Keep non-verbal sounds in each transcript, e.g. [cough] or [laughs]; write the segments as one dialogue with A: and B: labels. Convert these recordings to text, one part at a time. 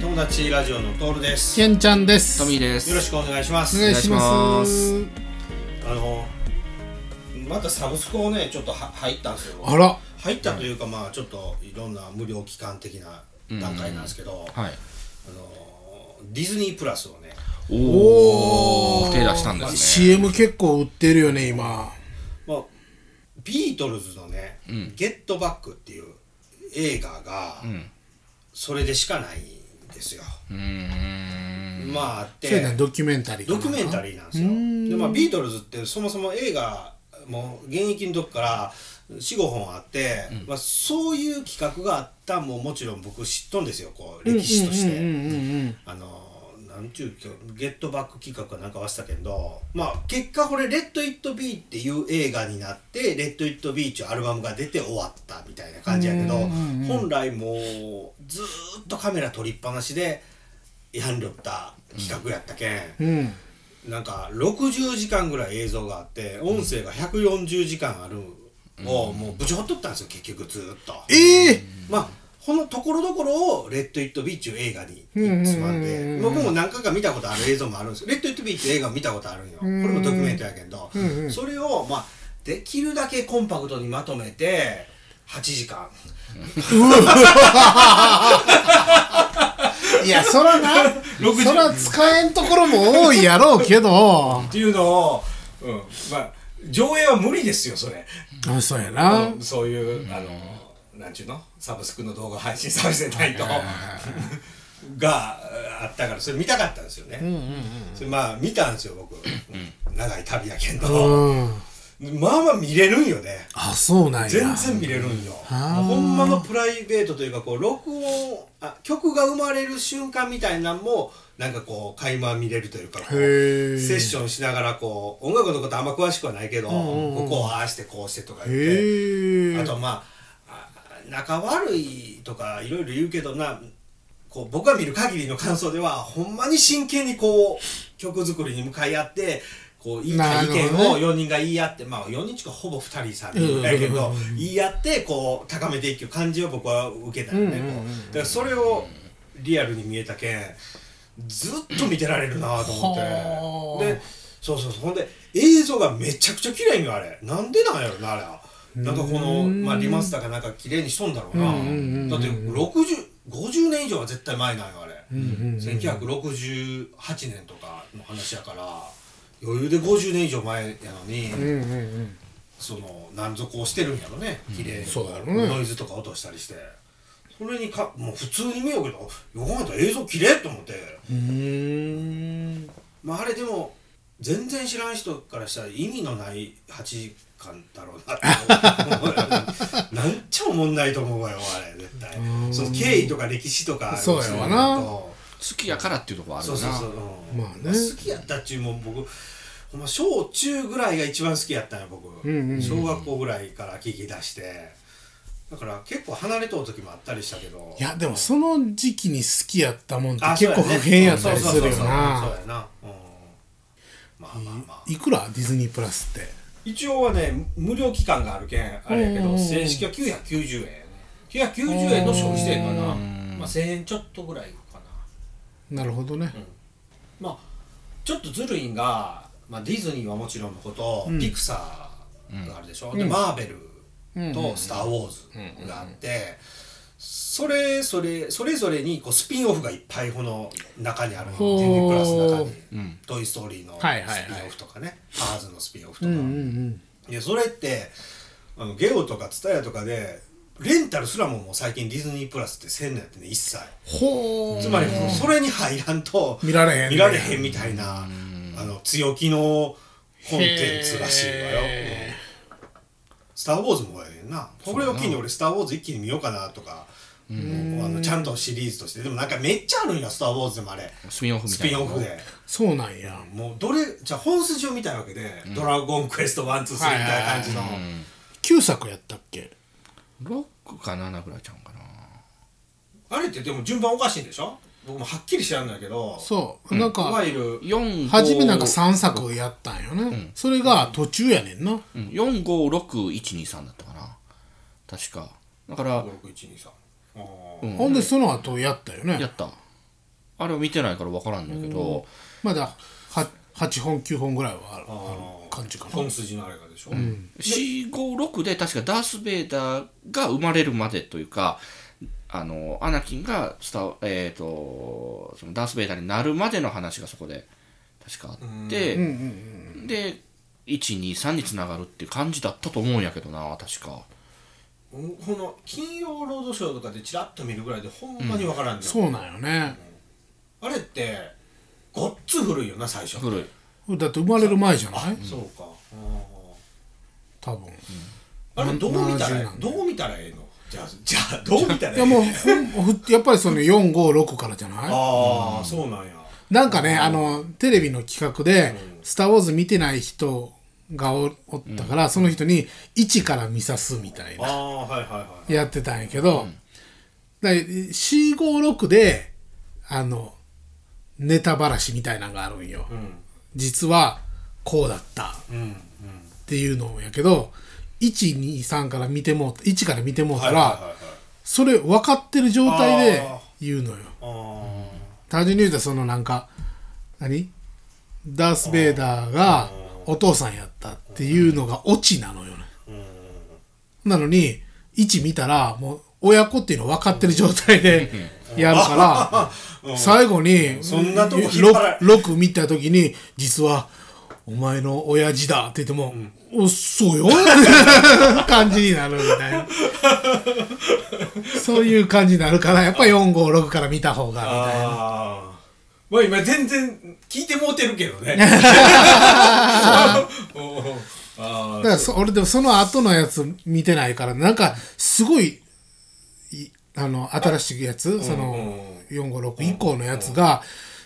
A: 友達ラジオのトールですよ
B: けんちゃんです。
C: トミーです。
A: ろしくお願いします
B: お願いしま
C: お
B: す。
A: あのまたサブスクをねちょっとは入ったんですよ
B: あら、
A: 入ったというか、まあちょっといろんな無料期間的な段階なんですけど、あ
C: はい。
A: のディズニープラスをね
C: おお。手出したんですね。
B: CM 結構売ってるよね、今。
A: まあ、ビートルズのね「ゲットバック」っていう映画が、
C: ん
A: それでしかないんですよ、
C: うーん。
A: まああっ
B: そうやな
A: て
B: ドキュメンタリーか
A: ド
B: な。
A: キュメンタリーなんですよで、まあ、ビートルズってそもそも映画もう現役の時から45本あって、まあ、そういう企画があったんももちろん僕知っとんですよこう歴史として。
B: うんうんうん。
A: あのなんちゅうきょゲットバック企画かなんかはしたけどまあ結果これ「レッド・イット・ビー」っていう映画になって「レッド・イット・ビー」っていうアルバムが出て終わったみたいな感じやけど本来もうずーっとカメラ撮りっぱなしでやんりょった企画やったけん、
B: うん。
A: なんか60時間ぐらい映像があって音声が140時間あるをもうぶちほっとったんですよ結局ずーっと。
B: ええ
A: まあこのところどころを「レッド・イット・ビー」っていう映画につまん
B: うんうんうん
A: で
B: うん
A: 僕も何回か見たことある映像もあるんですよ「レッド・イット・ビー」っていう映画見たことあるんよこれもドキュメントやけんど
B: んうん
A: それをまあできるだけコンパクトにまとめて8時間
B: いや、そら
A: [laughs]
B: な、
A: 60
B: そら使えんところも多いやろうけど
A: っ、ていうのを、うん、まあ上映は無理ですよそれ
B: あそうやな。
A: そういうあのなんちゅうのサブスクの動画配信サービスでないとがあったからそれ見たかったんですよね。
B: うんうん
A: それまあ見たんですよ僕、長い旅やけんど、
B: うん。うん。
A: まあまあ見れるんよね
B: あ、そうなんや。
A: 全然見れるんよ、
B: あー
A: ほんまのプライベートというかこう録音あ曲が生まれる瞬間みたいなんもなんかこう垣間見れるというかこう
B: へえ。
A: セッションしながらこう音楽のことあんま詳しくはないけど、
B: んうんう
A: こ
B: ん
A: こをああしてこうしてとか言って
B: へえ。
A: あとまああ仲悪いとかいろいろ言うけどなこう僕が見る限りの感想ではほんまに真剣にこう曲作りに向かい合ってこう言いたい意
B: なるほ
A: 見
B: ど
A: を
B: ね
A: 4人が言い合って、まあ4人しかほぼ2人3人だけど
B: うんうんうん
A: 言い合ってこう高めていく感じを僕は受けたよね、
B: うんうんうん
A: こうだからそれをリアルに見えたけんずっと見てられるなと思って
B: はあ
A: でそうそうそうほんで映像がめちゃくちゃ綺麗にあれなんでなんやろなあれはなんかこの、まあ、リマスターかなんか綺麗にしとんだろうな、
B: うんうんうん
A: だって6050年以上は絶対前なんよあれ、
B: うんうんうん。
A: 1968年とかの話やから余裕で50年以上前やのに、
B: うんうんうん。
A: そのなんぞこうしてるんやろね綺麗に、
B: そうだろうね
A: ノイズとか落としたりしてそれにかもう普通に見ようけどよく考えたら映像綺麗と思って、
B: うーん。
A: まあ、あれでも全然知らん人からしたら意味のない8時間だろうなって思うなんちゃおもんないと思うわよあれ絶
B: [laughs]
A: 対その経緯とか歴史とか
B: そうやわな
A: そう
C: 好きやからっていうところある
A: そ
C: な。
A: うそうそう、うん
B: まあね
A: 好きやったっちゅうもん僕ほんま小中ぐらいが一番好きやったんよ僕、
B: んうんうん
A: 小学校ぐらいから聞き出してだから結構離れとう時もあったりしたけど
B: いや、でもその時期に好きやったもんって
A: あ
B: 結構
A: そうや
B: 不
A: ね
B: 変やったりするよ
A: そうそうそうそうそうやな、
B: な。
A: うん、まあまあまあ
B: いくらディズニープラスって。
A: 一応はね無料期間があるけんあれやけ
B: うんうんう
A: ど
B: ん
A: 正式は990円やね990円の消費税かな
B: う
A: まあ1000円ちょっとぐらいかな
B: なるほどね。
A: まあちょっとずるいんが、まあ、ディズニーはもちろんのこと、ピクサーがあるでしょ、でマーベルと「スター・ウォーズ」があって、それそれそれぞれにこうスピンオフがいっぱいこの中にあるディズ
B: ほう
A: ニープラスの中に
C: うん
A: 「トイ・ストーリー」のス
B: はいはいはい
A: ピンオフとかね「パーズ」のスピンオフと
B: う
A: か。
B: んうん
A: いやそれってあのゲオとかツタヤとかでレンタルすらももう最近ディズニープラスってせんのやってね一切
B: ほう
A: つまりそれに入らんと
B: 見られへんね
A: 見られへんみたいなあの強気のコンテンツらしいわよ
B: へ
A: う
B: ー
A: ん「スター・ウォーズ」もやねんなこれを機に俺「スター・ウォーズ」一気に見ようかなとかもうあのちゃんとシリーズとしてでもなんかめっちゃあるんや「スター・ウォーズ」でもあれ
C: スピンオフみ
A: ス
C: たい
A: ピ
C: な
A: ン
C: の。
A: オフで。
B: そうなんや
A: もうどれじゃあ本筋を見たいわけで「ドラゴンクエスト123」みたいな感じの。
B: 9作やったっけ
C: 六か七ぐらいちゃうかな。
A: あれってでも順番おかしいんでしょ僕もはっきり知らんないけど
B: そうなん
A: いわ
B: か
A: ゆる
C: 四
B: 初めなんか。3作やったんよねそれが途中やねんな
C: うん四五六一二三だったかな。確か。だから
A: 56123あ
C: うん
B: ほんでその後やったよ
C: や
B: ね
C: った。あれは見てないから分からんねんけど、
B: まだは8本9本ぐらいはあるあ
A: ー
B: る感じかな
A: 本筋のあれがでしょ、うん、
C: 456で確かダース・ベイダーが生まれるまでというかあのアナキンがスター、えー、とそのダース・ベイダーになるまでの話がそこで確かあって、
B: うんうんうん
C: で123につながるっていう感じだったと思うんやけどな確か
A: この「金曜ロードショー」とかでちらっと見るぐらいでほんまにわからんねん、
B: そうなんよね
A: あれってごっつ古いよな最初
C: 古い
B: だって生まれる前じゃない
A: そうか、
B: 多分
A: あれどう見たら
B: 70なんだ
A: どう見たらええのじゃあじゃあどう見たらえ
B: い
A: え
B: や
A: の
B: もうほんふやっぱりその456からじゃない
A: ああ、そうなんや
B: なんかね、あの、テレビの企画で、スター・ウォーズ見てない人がおおったから、その人に、1から見さすみたい
A: あ
B: な、
A: あはいはいはい
B: やってたんやけど、だい456で、あの、ネタばらしみたいなのがあるんよ。
A: うん
B: 実は、こうだったっ
A: うんうん
B: ていうのやけど、1、2、3から見てもう、1から見てもうたら、
A: はいはいはい
B: それ分かってる状態で
A: あ
B: 言うのよ。
A: あ
B: 単純に言うとそのなんか何ダース・ベイダーがお父さんやったっていうのがオチなのよね
A: あうん
B: なのに1見たらもう親子っていうの分かってる状態でやる
A: [laughs]
B: から最後に
A: そんなとこ引っ張られ
B: 6見た時に実はお前の親父だって言っても、おそうよ [laughs] 感じになるみたいなそういう感じになるからやっぱ456から見た方がみたいな
A: ああまあ今全然聞いてもうてるけど
B: [laughs]
A: ねおーあ
B: だ
A: ー
B: からそ俺でもその後のやつ見てないからなんかすごいいあの新しいやつその456以降のやつが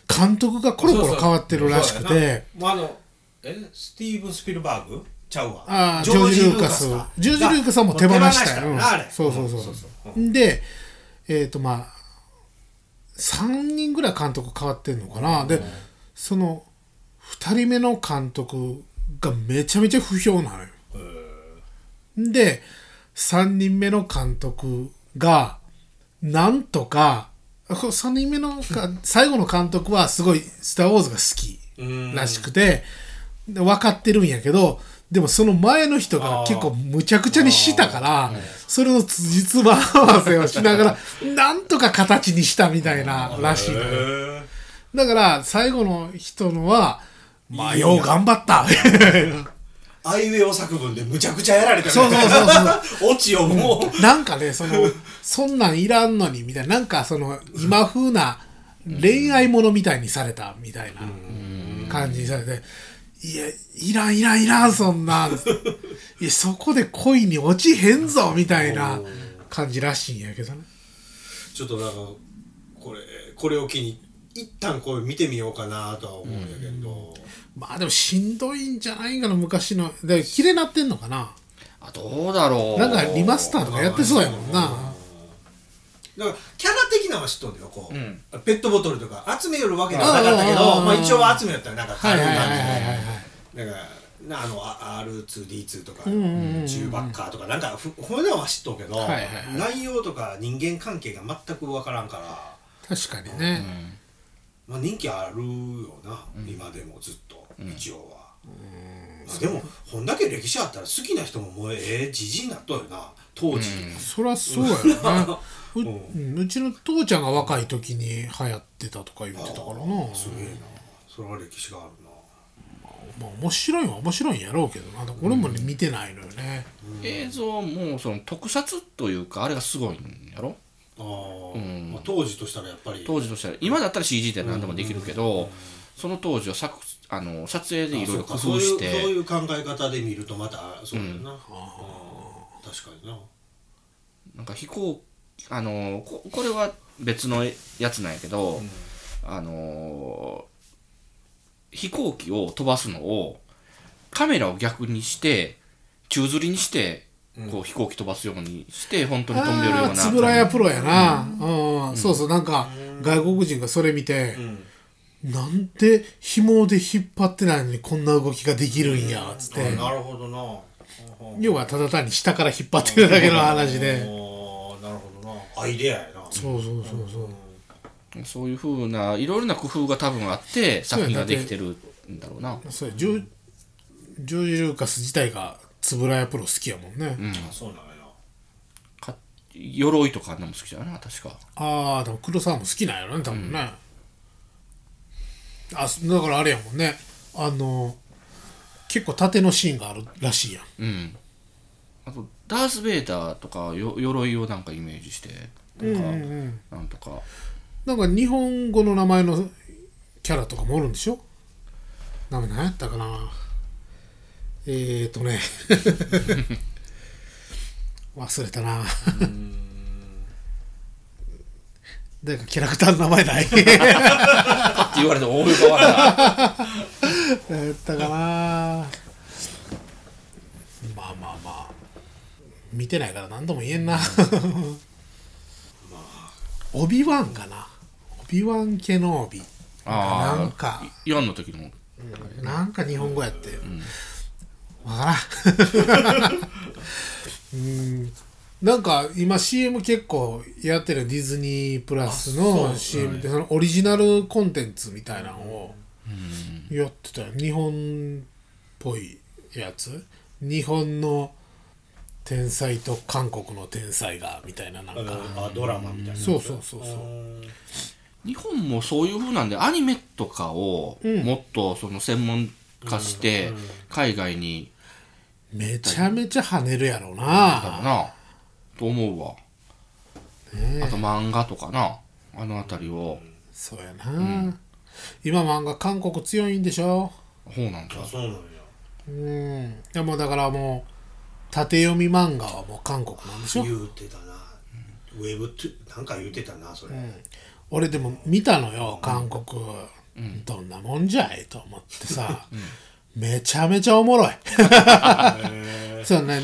B: 監督がコロコロ変わってるらしく
A: そうや
B: て
A: なまああのえスティーブン・スピルバーグちゃうわ
B: あージョージ・ルーカス
A: か
B: ジョージ・ルーカスはもう手放した
A: も
B: よ
A: う手放し
B: うん
A: たよなあれ
B: そうそうそう
A: そうそう
B: でえっ、とまあ3人ぐらい監督変わってんのかなでその2人目の監督がめちゃめちゃ不評なのよで3人目の監督がなんとか3人目のか最後の監督はすごい「スター・ウォーズ」が好きらしくてで分かってるんやけどでもその前の人が結構むちゃくちゃにしたからそれの辻褄合わせをしながらなんとか形にしたみたいならしいのよ
A: へ
B: だから最後の人のは「まあよう頑張った」 [laughs]
A: あいうえお作文でむちゃくちゃやられたね
B: そうそうそう
A: [laughs] オチをもう、
B: なんかね、その、そんなんいらんのに、みたいな、なんかその、今風な恋愛ものみたいにされた、みたいな感じにされて、いや、いらんいらんいらん、そんなん。いや、そこで恋に落ちへんぞ、みたいな感じらしいんやけどね。
A: ちょっとなんかこれこれを機に一旦これ見てみようかなとは思うんやけど、
B: まあでもしんどいんじゃないんかな、昔の。で、綺麗なってんのかな。
C: あどうだろう
B: なんかリマスターとかやってそうやもんな。
A: だからキャラ的なのは知っとんだよこう、
C: うん
A: ペットボトルとか集めよるわけではなかったけど
B: あー
A: まあ、一応集めやったらなんか
B: は
A: 買
B: い
A: え
B: は
A: る
B: いはい
A: 感
B: はいはいはい。
A: じでなんかなあのあ R2D2 とか、
B: んうんうんうん
A: 中バッカーとかなんかふこういうのは知っとうけど、
B: はいはいはい
A: 内容とか人間関係が全く分からんから、
B: 確かにね。
A: まあ、人気あるよな、今でもずっと、一応は。まあでもこんだけ歴史あったら好きな人ももうええじじいになっとるよな当時、
B: そりゃそうやな、ううんうちの父ちゃんが若い時に流行ってたとか言ってたからなまあ
A: すげえなそれは歴史があるな
B: 面白いは面白いんやろうけどなだから俺もね見てないのよね、
C: 映像もその特撮というかあれがすごいんやろ
A: あー、まあ当時としたらやっぱり
C: 当時としては今だったら CG で何でもできるけど、その当時は作あの撮影でいろいろ工
A: あそう
C: 夫
A: か
C: し
A: そう
C: て
A: いうそういう考え方で見るとまたそうだよな、うん確かにな
C: なんか飛行あのここれは別のやつなんやけど、あの飛行機を飛ばすのをカメラを逆にして宙吊りにしてこう飛行機飛ばすようにして本当に飛んでるよう
B: あ
C: な
B: あ円谷プロやな、うんそうそうなんか外国人がそれ見て、なんで紐で引っ張ってないのにこんな動きができるんやつって、
A: あなるほどな
B: 要はただ単に下から引っ張ってるだけの話で、
A: おーなるほどなアイデアやな
B: そうそうそうそう、
C: うそういうふうないろいろな工夫が多分あって
B: そう
C: 作
B: や
C: 品
B: だ
C: が
B: って
C: できてるんだろうな
B: そうやジョジョージ・ルーカス自体が円谷プロ好きやもんね、
A: あそうなのよ
C: か鎧とかあんなのも好きだよな確か
B: ああでも黒沢も好きなんやろね多分ね、あそだからあれやもんねあの結構縦のシーンがあるらしいやん
C: うんあとダース・ベイダーとかよ鎧をなんかイメージしてとか、なんとか
B: なんか日本語の名前のキャラとかもおるんでしょなんか何やったかなえーとね [laughs] 忘れたな誰かキャラクターの名前ない [laughs]
C: パッて言われて大い変わら
B: 何やったかなまあまあまあ見てないから何とも言えんな [laughs] オビワンかなオビワンケノービ
C: あー
B: なんか
C: い4の時の
B: なんか日本語やってよ。わからん。うんなんか今 CM 結構やってるよディズニープラスの CM でそのオリジナルコンテンツみたいなのをやってたよ日本っぽいやつ日本の天才と韓国の天才がみたいななんか
A: ああドラマみたいな
B: そうそうそうそ
A: う
B: う
A: ん
C: 日本もそういう風なんでアニメとかをもっとその専門化して海外に
B: めちゃめちゃ跳ねるやろうな
C: だなと思うわあと漫画とかなあの辺りを
B: そうやな、今漫画韓国強いんでしょ
C: ほうなんだ
A: あそうなのよ
B: うんでもだからもう縦読み漫画はもう韓国なんでしょ
A: 言うてたなウェブトゥなんか言うてたなそれ、
B: 俺でも見たのよ韓国、どんなもんじゃいと思ってさ、めちゃめちゃおもろい [laughs] そうね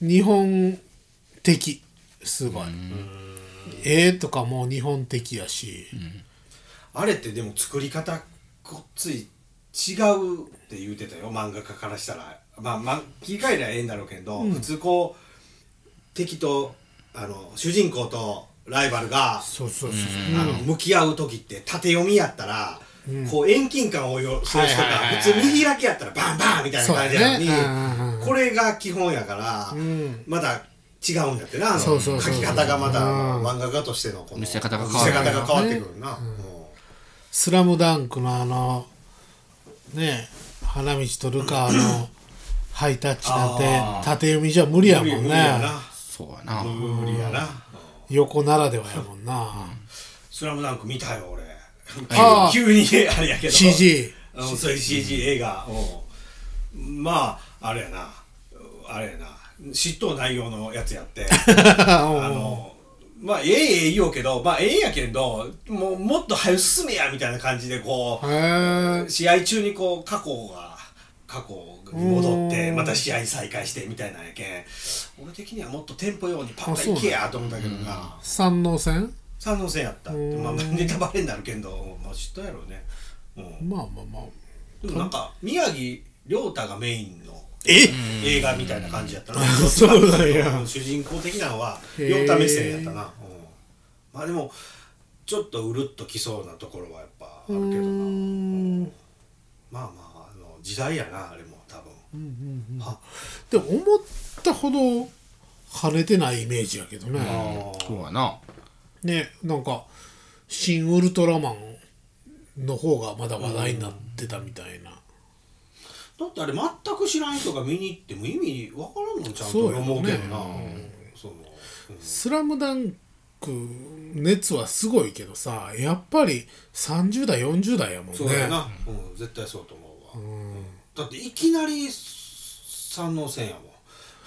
B: 日本的すごい、絵とかも日本的やし、
A: あれってでも作り方こっつい違うって言うてたよ漫画家からしたらまあ、まあ、切り替えりゃええんだろうけど、普通こう敵とあの主人公とライバルが、
B: そうそうそう
A: あの向き合う時って縦読みやったら、こう遠近感をよする人が、
B: はいはいはいはい
A: 普通見開きやったらバンバンみたいな感じやのに、
B: そうやねうんうんうん
A: これが基本やから、
B: ん
A: まだ違うんやってなあの
B: そうそうそう
A: 書き方がまだ、
B: うん
A: 漫画家としてのこの
C: 見せ方が変
A: 見
C: わ
A: せ
C: る
A: 方が変わってくるな。うん
B: スラムダンクのあのねえ花道とルカのハイタッチなん
A: あ
B: て縦読みじゃ無理やも
A: 無
B: ん
A: 理や
B: ね
A: な
C: そうやな
A: 無理やな
B: 横ならではやもんな、
A: スラムダンク見たよ俺
B: あー
A: 急に急にあれやけど
B: CG
A: うんそういう CG 映画うんまああれやなあれやな嫉妬内容のやつやって [laughs] あのまあええええ言おうけどまあええんやけどもうもっと早く進めやみたいな感じでこ
B: へえ
A: う試合中にこう過去が過去に戻って
B: うん
A: また試合再開してみたいなんやけん俺的にはもっとテンポようにパ
B: あ
A: ッ
B: そ
A: パ
B: うなん
A: いけやと思ったけどな
B: 三能線
A: 三能線やった
B: ん
A: まあまあネタバレになるけどまあ知ったやろうね、うん、
B: まあまあまあ
A: でもなんか宮城亮太がメインの
B: え
A: 映画みたいな感じやったな
B: そうなんや
A: 主人公的なのは
B: へー
A: 亮太目線やったな、うん、まあでもちょっとうるっときそうなところはやっぱあ
B: う
A: る
B: ー
A: けどなんまあまああの時代やなあれも多分、あ
B: でも思ったほど跳ねてないイメージやけどね、
C: そうやな
B: ねなんか「新ウルトラマン」の方がまだ話題になってたみたいな、
A: だってあれ全く知らん人が見に行っても意味わからんのちゃんと
B: そうやろね
A: 思うけどなうんそのうん
B: スラムダンク熱はすごいけどさやっぱり30代40代やもんね
A: そうやな、うん、絶対そうと思うわ、うんだっていきなり三能線や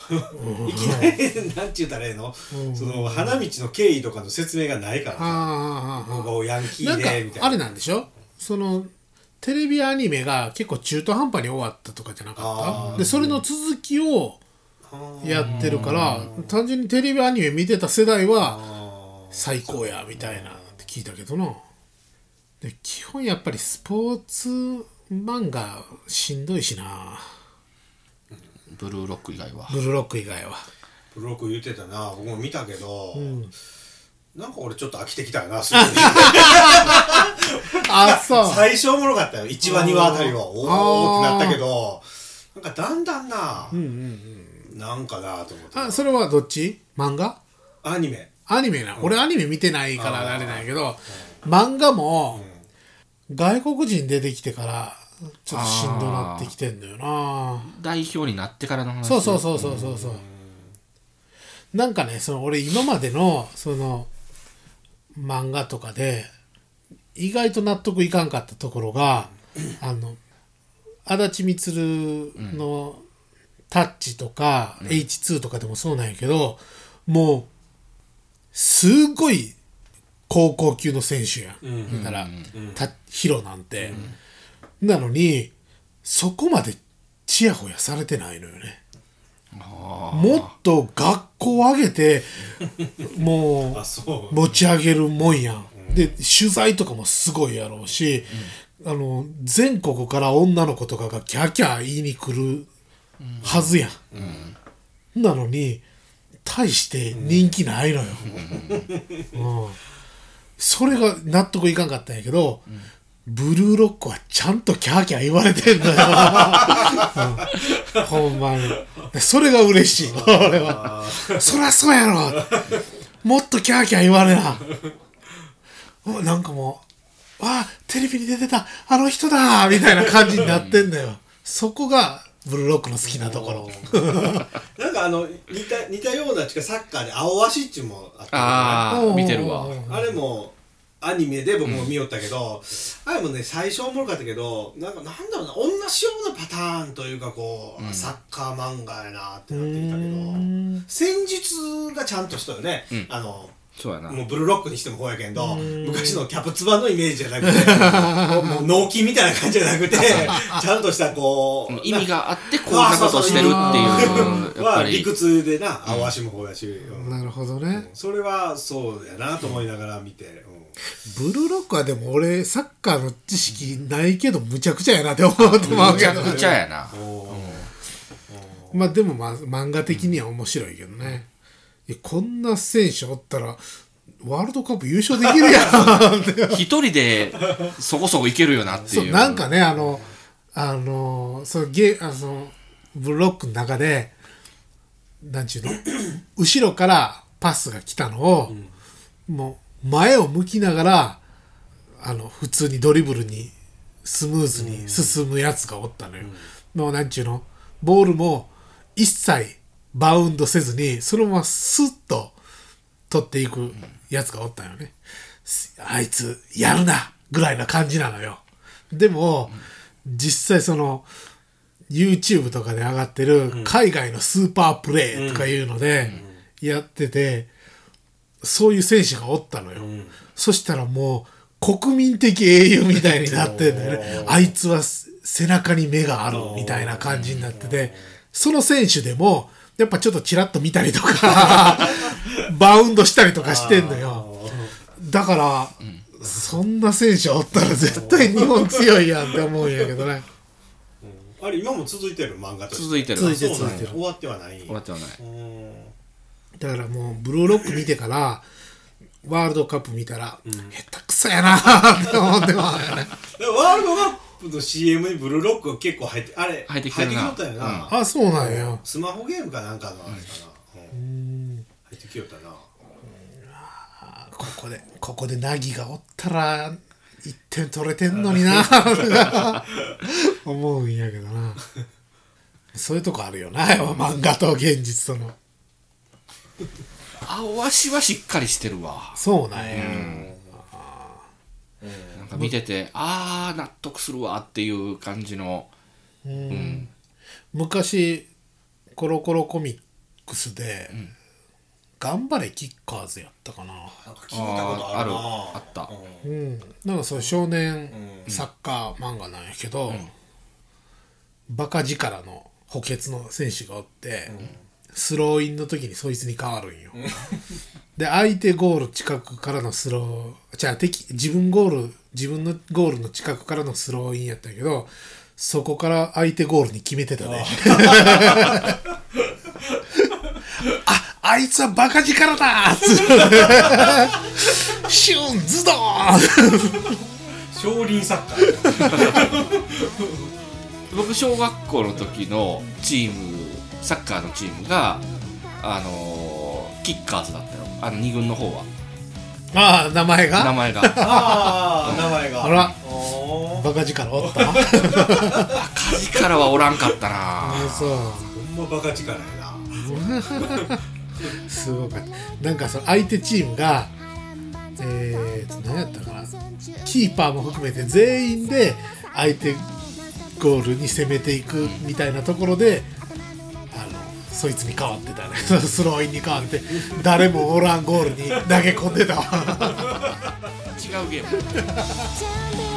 A: もんいきなりなんちゅうたらええの、その花道の経緯とかの説明がないからさ
B: ああああああ
A: もうヤンキ
B: な
A: ー
B: ん
A: で
B: か
A: みたいな
B: あれなんでしょそのテレビアニメが結構中途半端に終わったとかじゃなかっ
A: あ
B: た
A: ー
B: でそれの続きをやってるから単純にテレビアニメ見てた世代は
A: あ
B: 最高やみたいなって聞いたけどなで基本やっぱりスポーツ漫画しんどいしな
C: ブルーロック以外は
B: ブルーロック以外は
A: ブロック言ってたな僕も見たけど、なんか俺ちょっと飽きてきたよな、すぐ
B: [laughs]
A: に
B: あそう
A: 最初おもろかったよ。1話、2話あたりは、おーってなったけど、なんかだんだんな、
B: うんうんうん
A: なんかなと思って。
B: あそれはどっち漫画
A: アニメ。
B: アニメな、俺アニメ見てないからあれなんやけど漫画も外国人出てきてからちょっとしんどなってきてんだよな
C: 代表になってからの話
B: そうそうそうそうそうそうなんかねその俺今までのその漫画とかで意外と納得いかんかったところがあの足立満の「タッチ」とか「H2」とかでもそうなんやけどもうすごい高校級の選手やん
A: うん
B: だから
A: うん
B: たヒロなんて、なのにそこまでちやほやされてないのよね
C: あ
B: もっと学校を上げても
A: あ、そう
B: う。持ち上げるもんやん、で取材とかもすごいやろうし、あの全国から女の子とかがキャーキャー言いに来るはずやん、なのに大して人気ないのよ、うんそれが納得いかんかったんやけど、ブルーロックはちゃんとキャーキャー言われてんだ [laughs] よ、うんほんまにでそれが嬉しい俺はそりゃそうやろもっとキャーキャー言われなおなんかもうあテレビに出てたあの人だみたいな感じになってんだよそこがブルーロックの好きなところ
A: [laughs] なんかあの、似た、似たような、ちかサッカーで青足っちゅうのもあったよね
B: おー
C: あー見てるわ
A: あれもアニメで僕も見よったけど、あれもね最初おもろかったけどなんかなんだろうな同じようなパターンというかこう、
C: うん
A: サッカー漫画やなって
B: う
A: なってきたけど
B: ーん
A: 戦術がちゃんとしたよね、
C: うん
A: あの
C: そうやな
A: もうブルーロックにしてもこうやけんど
B: うん
A: 昔のキャプツバのイメージじゃなくてもう納期みたいな感じじゃなくてちゃんとしたこう
C: 意味があってこんなことしてるっていう
A: な
C: やっ
A: は
C: ぱり
A: 理屈でな青足もこうやし、うん
B: なるほどね
A: それはそうやなと思いながら見て、うん
B: ブルーロックはでも俺サッカーの知識ないけどむちゃくちゃやなって思ってまう
C: む
B: け
C: ちゃ
B: ど
C: くちゃやな
B: まあでも、まあ、漫画的には面白いけどね、いやこんな選手おったらワールドカップ優勝できるやんって
C: 一人でそこそこいけるよなって
B: そう
C: いう
B: なんかねあのあのそのゲあのそのブロックの中でなんちゅう [clears throat] の後ろからパスが来たのを、もう前を向きながらあの普通にドリブルにスムーズに進むやつがおったのよ、もうなんちゅうのボールも一切バウンドせずにそのままスッと取っていくやつがおったよね、あいつやるなぐらいな感じなのよでも、実際その YouTube とかで上がってる海外のスーパープレイとかいうのでやってて、そういう選手がおったのよ、そしたらもう国民的英雄みたいになってんだよねあいつは背中に目があるみたいな感じになっててその選手でもやっぱちょっとチラッと見たりとか [laughs] バウンドしたりとかしてんのよだから、そんな選手おったら絶対日本強いやんって思うんやけどね
A: あれ今も続いてる漫画として
C: 続いてる
B: 続いてる
A: そうなんや
B: 続いてる
A: 終わってはない
C: 終わってはない
A: うん
B: だからもうブルーロック見てからワールドカップ見たら、下手くそやなって思ってますよね
A: でもワールドカップの CM にブルーロックが結構入ってあれ
C: 入ってきてるな
A: 入ってきよったよな、
B: あそうなんや
A: スマホゲームかなんかのあれかな、うん入ってきよったな
B: ここでここでナギがおったら1点取れてんのにな [laughs] 思うんやけどなそういうとこあるよなやっぱ漫画と現実との
C: 青足はしっかりしてるわ
B: そうなんや、
C: なんか見ててああ納得するわっていう感じのうん
B: 昔コロコロコミックスで「頑張れキッカーズ」やったかな、
A: なんか聞いたことあるな
C: あーあるあった
A: う
B: うん、なんかそういう少年サッカー漫画なんやけど、バカ力の補欠の選手がおって、スローインの時にそいつに変わるんよ。 [laughs] で相手ゴール近くからのスローじゃあ敵自分ゴール自分のゴールの近くからのスローインやったんやけどそこから [laughs] 相手ゴールに決めてたね。ああいつはバカ力だ!」っつ [laughs] ってシュンズドーン
A: 少林サッカ
B: [laughs]
A: ー
C: 僕小学校の時のチームサッカーのチームがあのーキッカーズだったよあの2軍の方は
B: ああ名前
C: 名
B: が [laughs]
C: 前がバ
A: ああ名前が
B: あら
A: おー
B: バカ力おった
C: カ力はおらんかったな
B: そ
A: ほんまバカ力やな
B: うすごかったなんかその相手チームがえー、と何やったかなキーパーも含めて全員で相手ゴールに攻めていくみたいなところであのそいつに変わってたね [laughs] スローインに変わって誰もおらんゴールに投げ込んでたわ
C: 違うゲーム
D: Tell me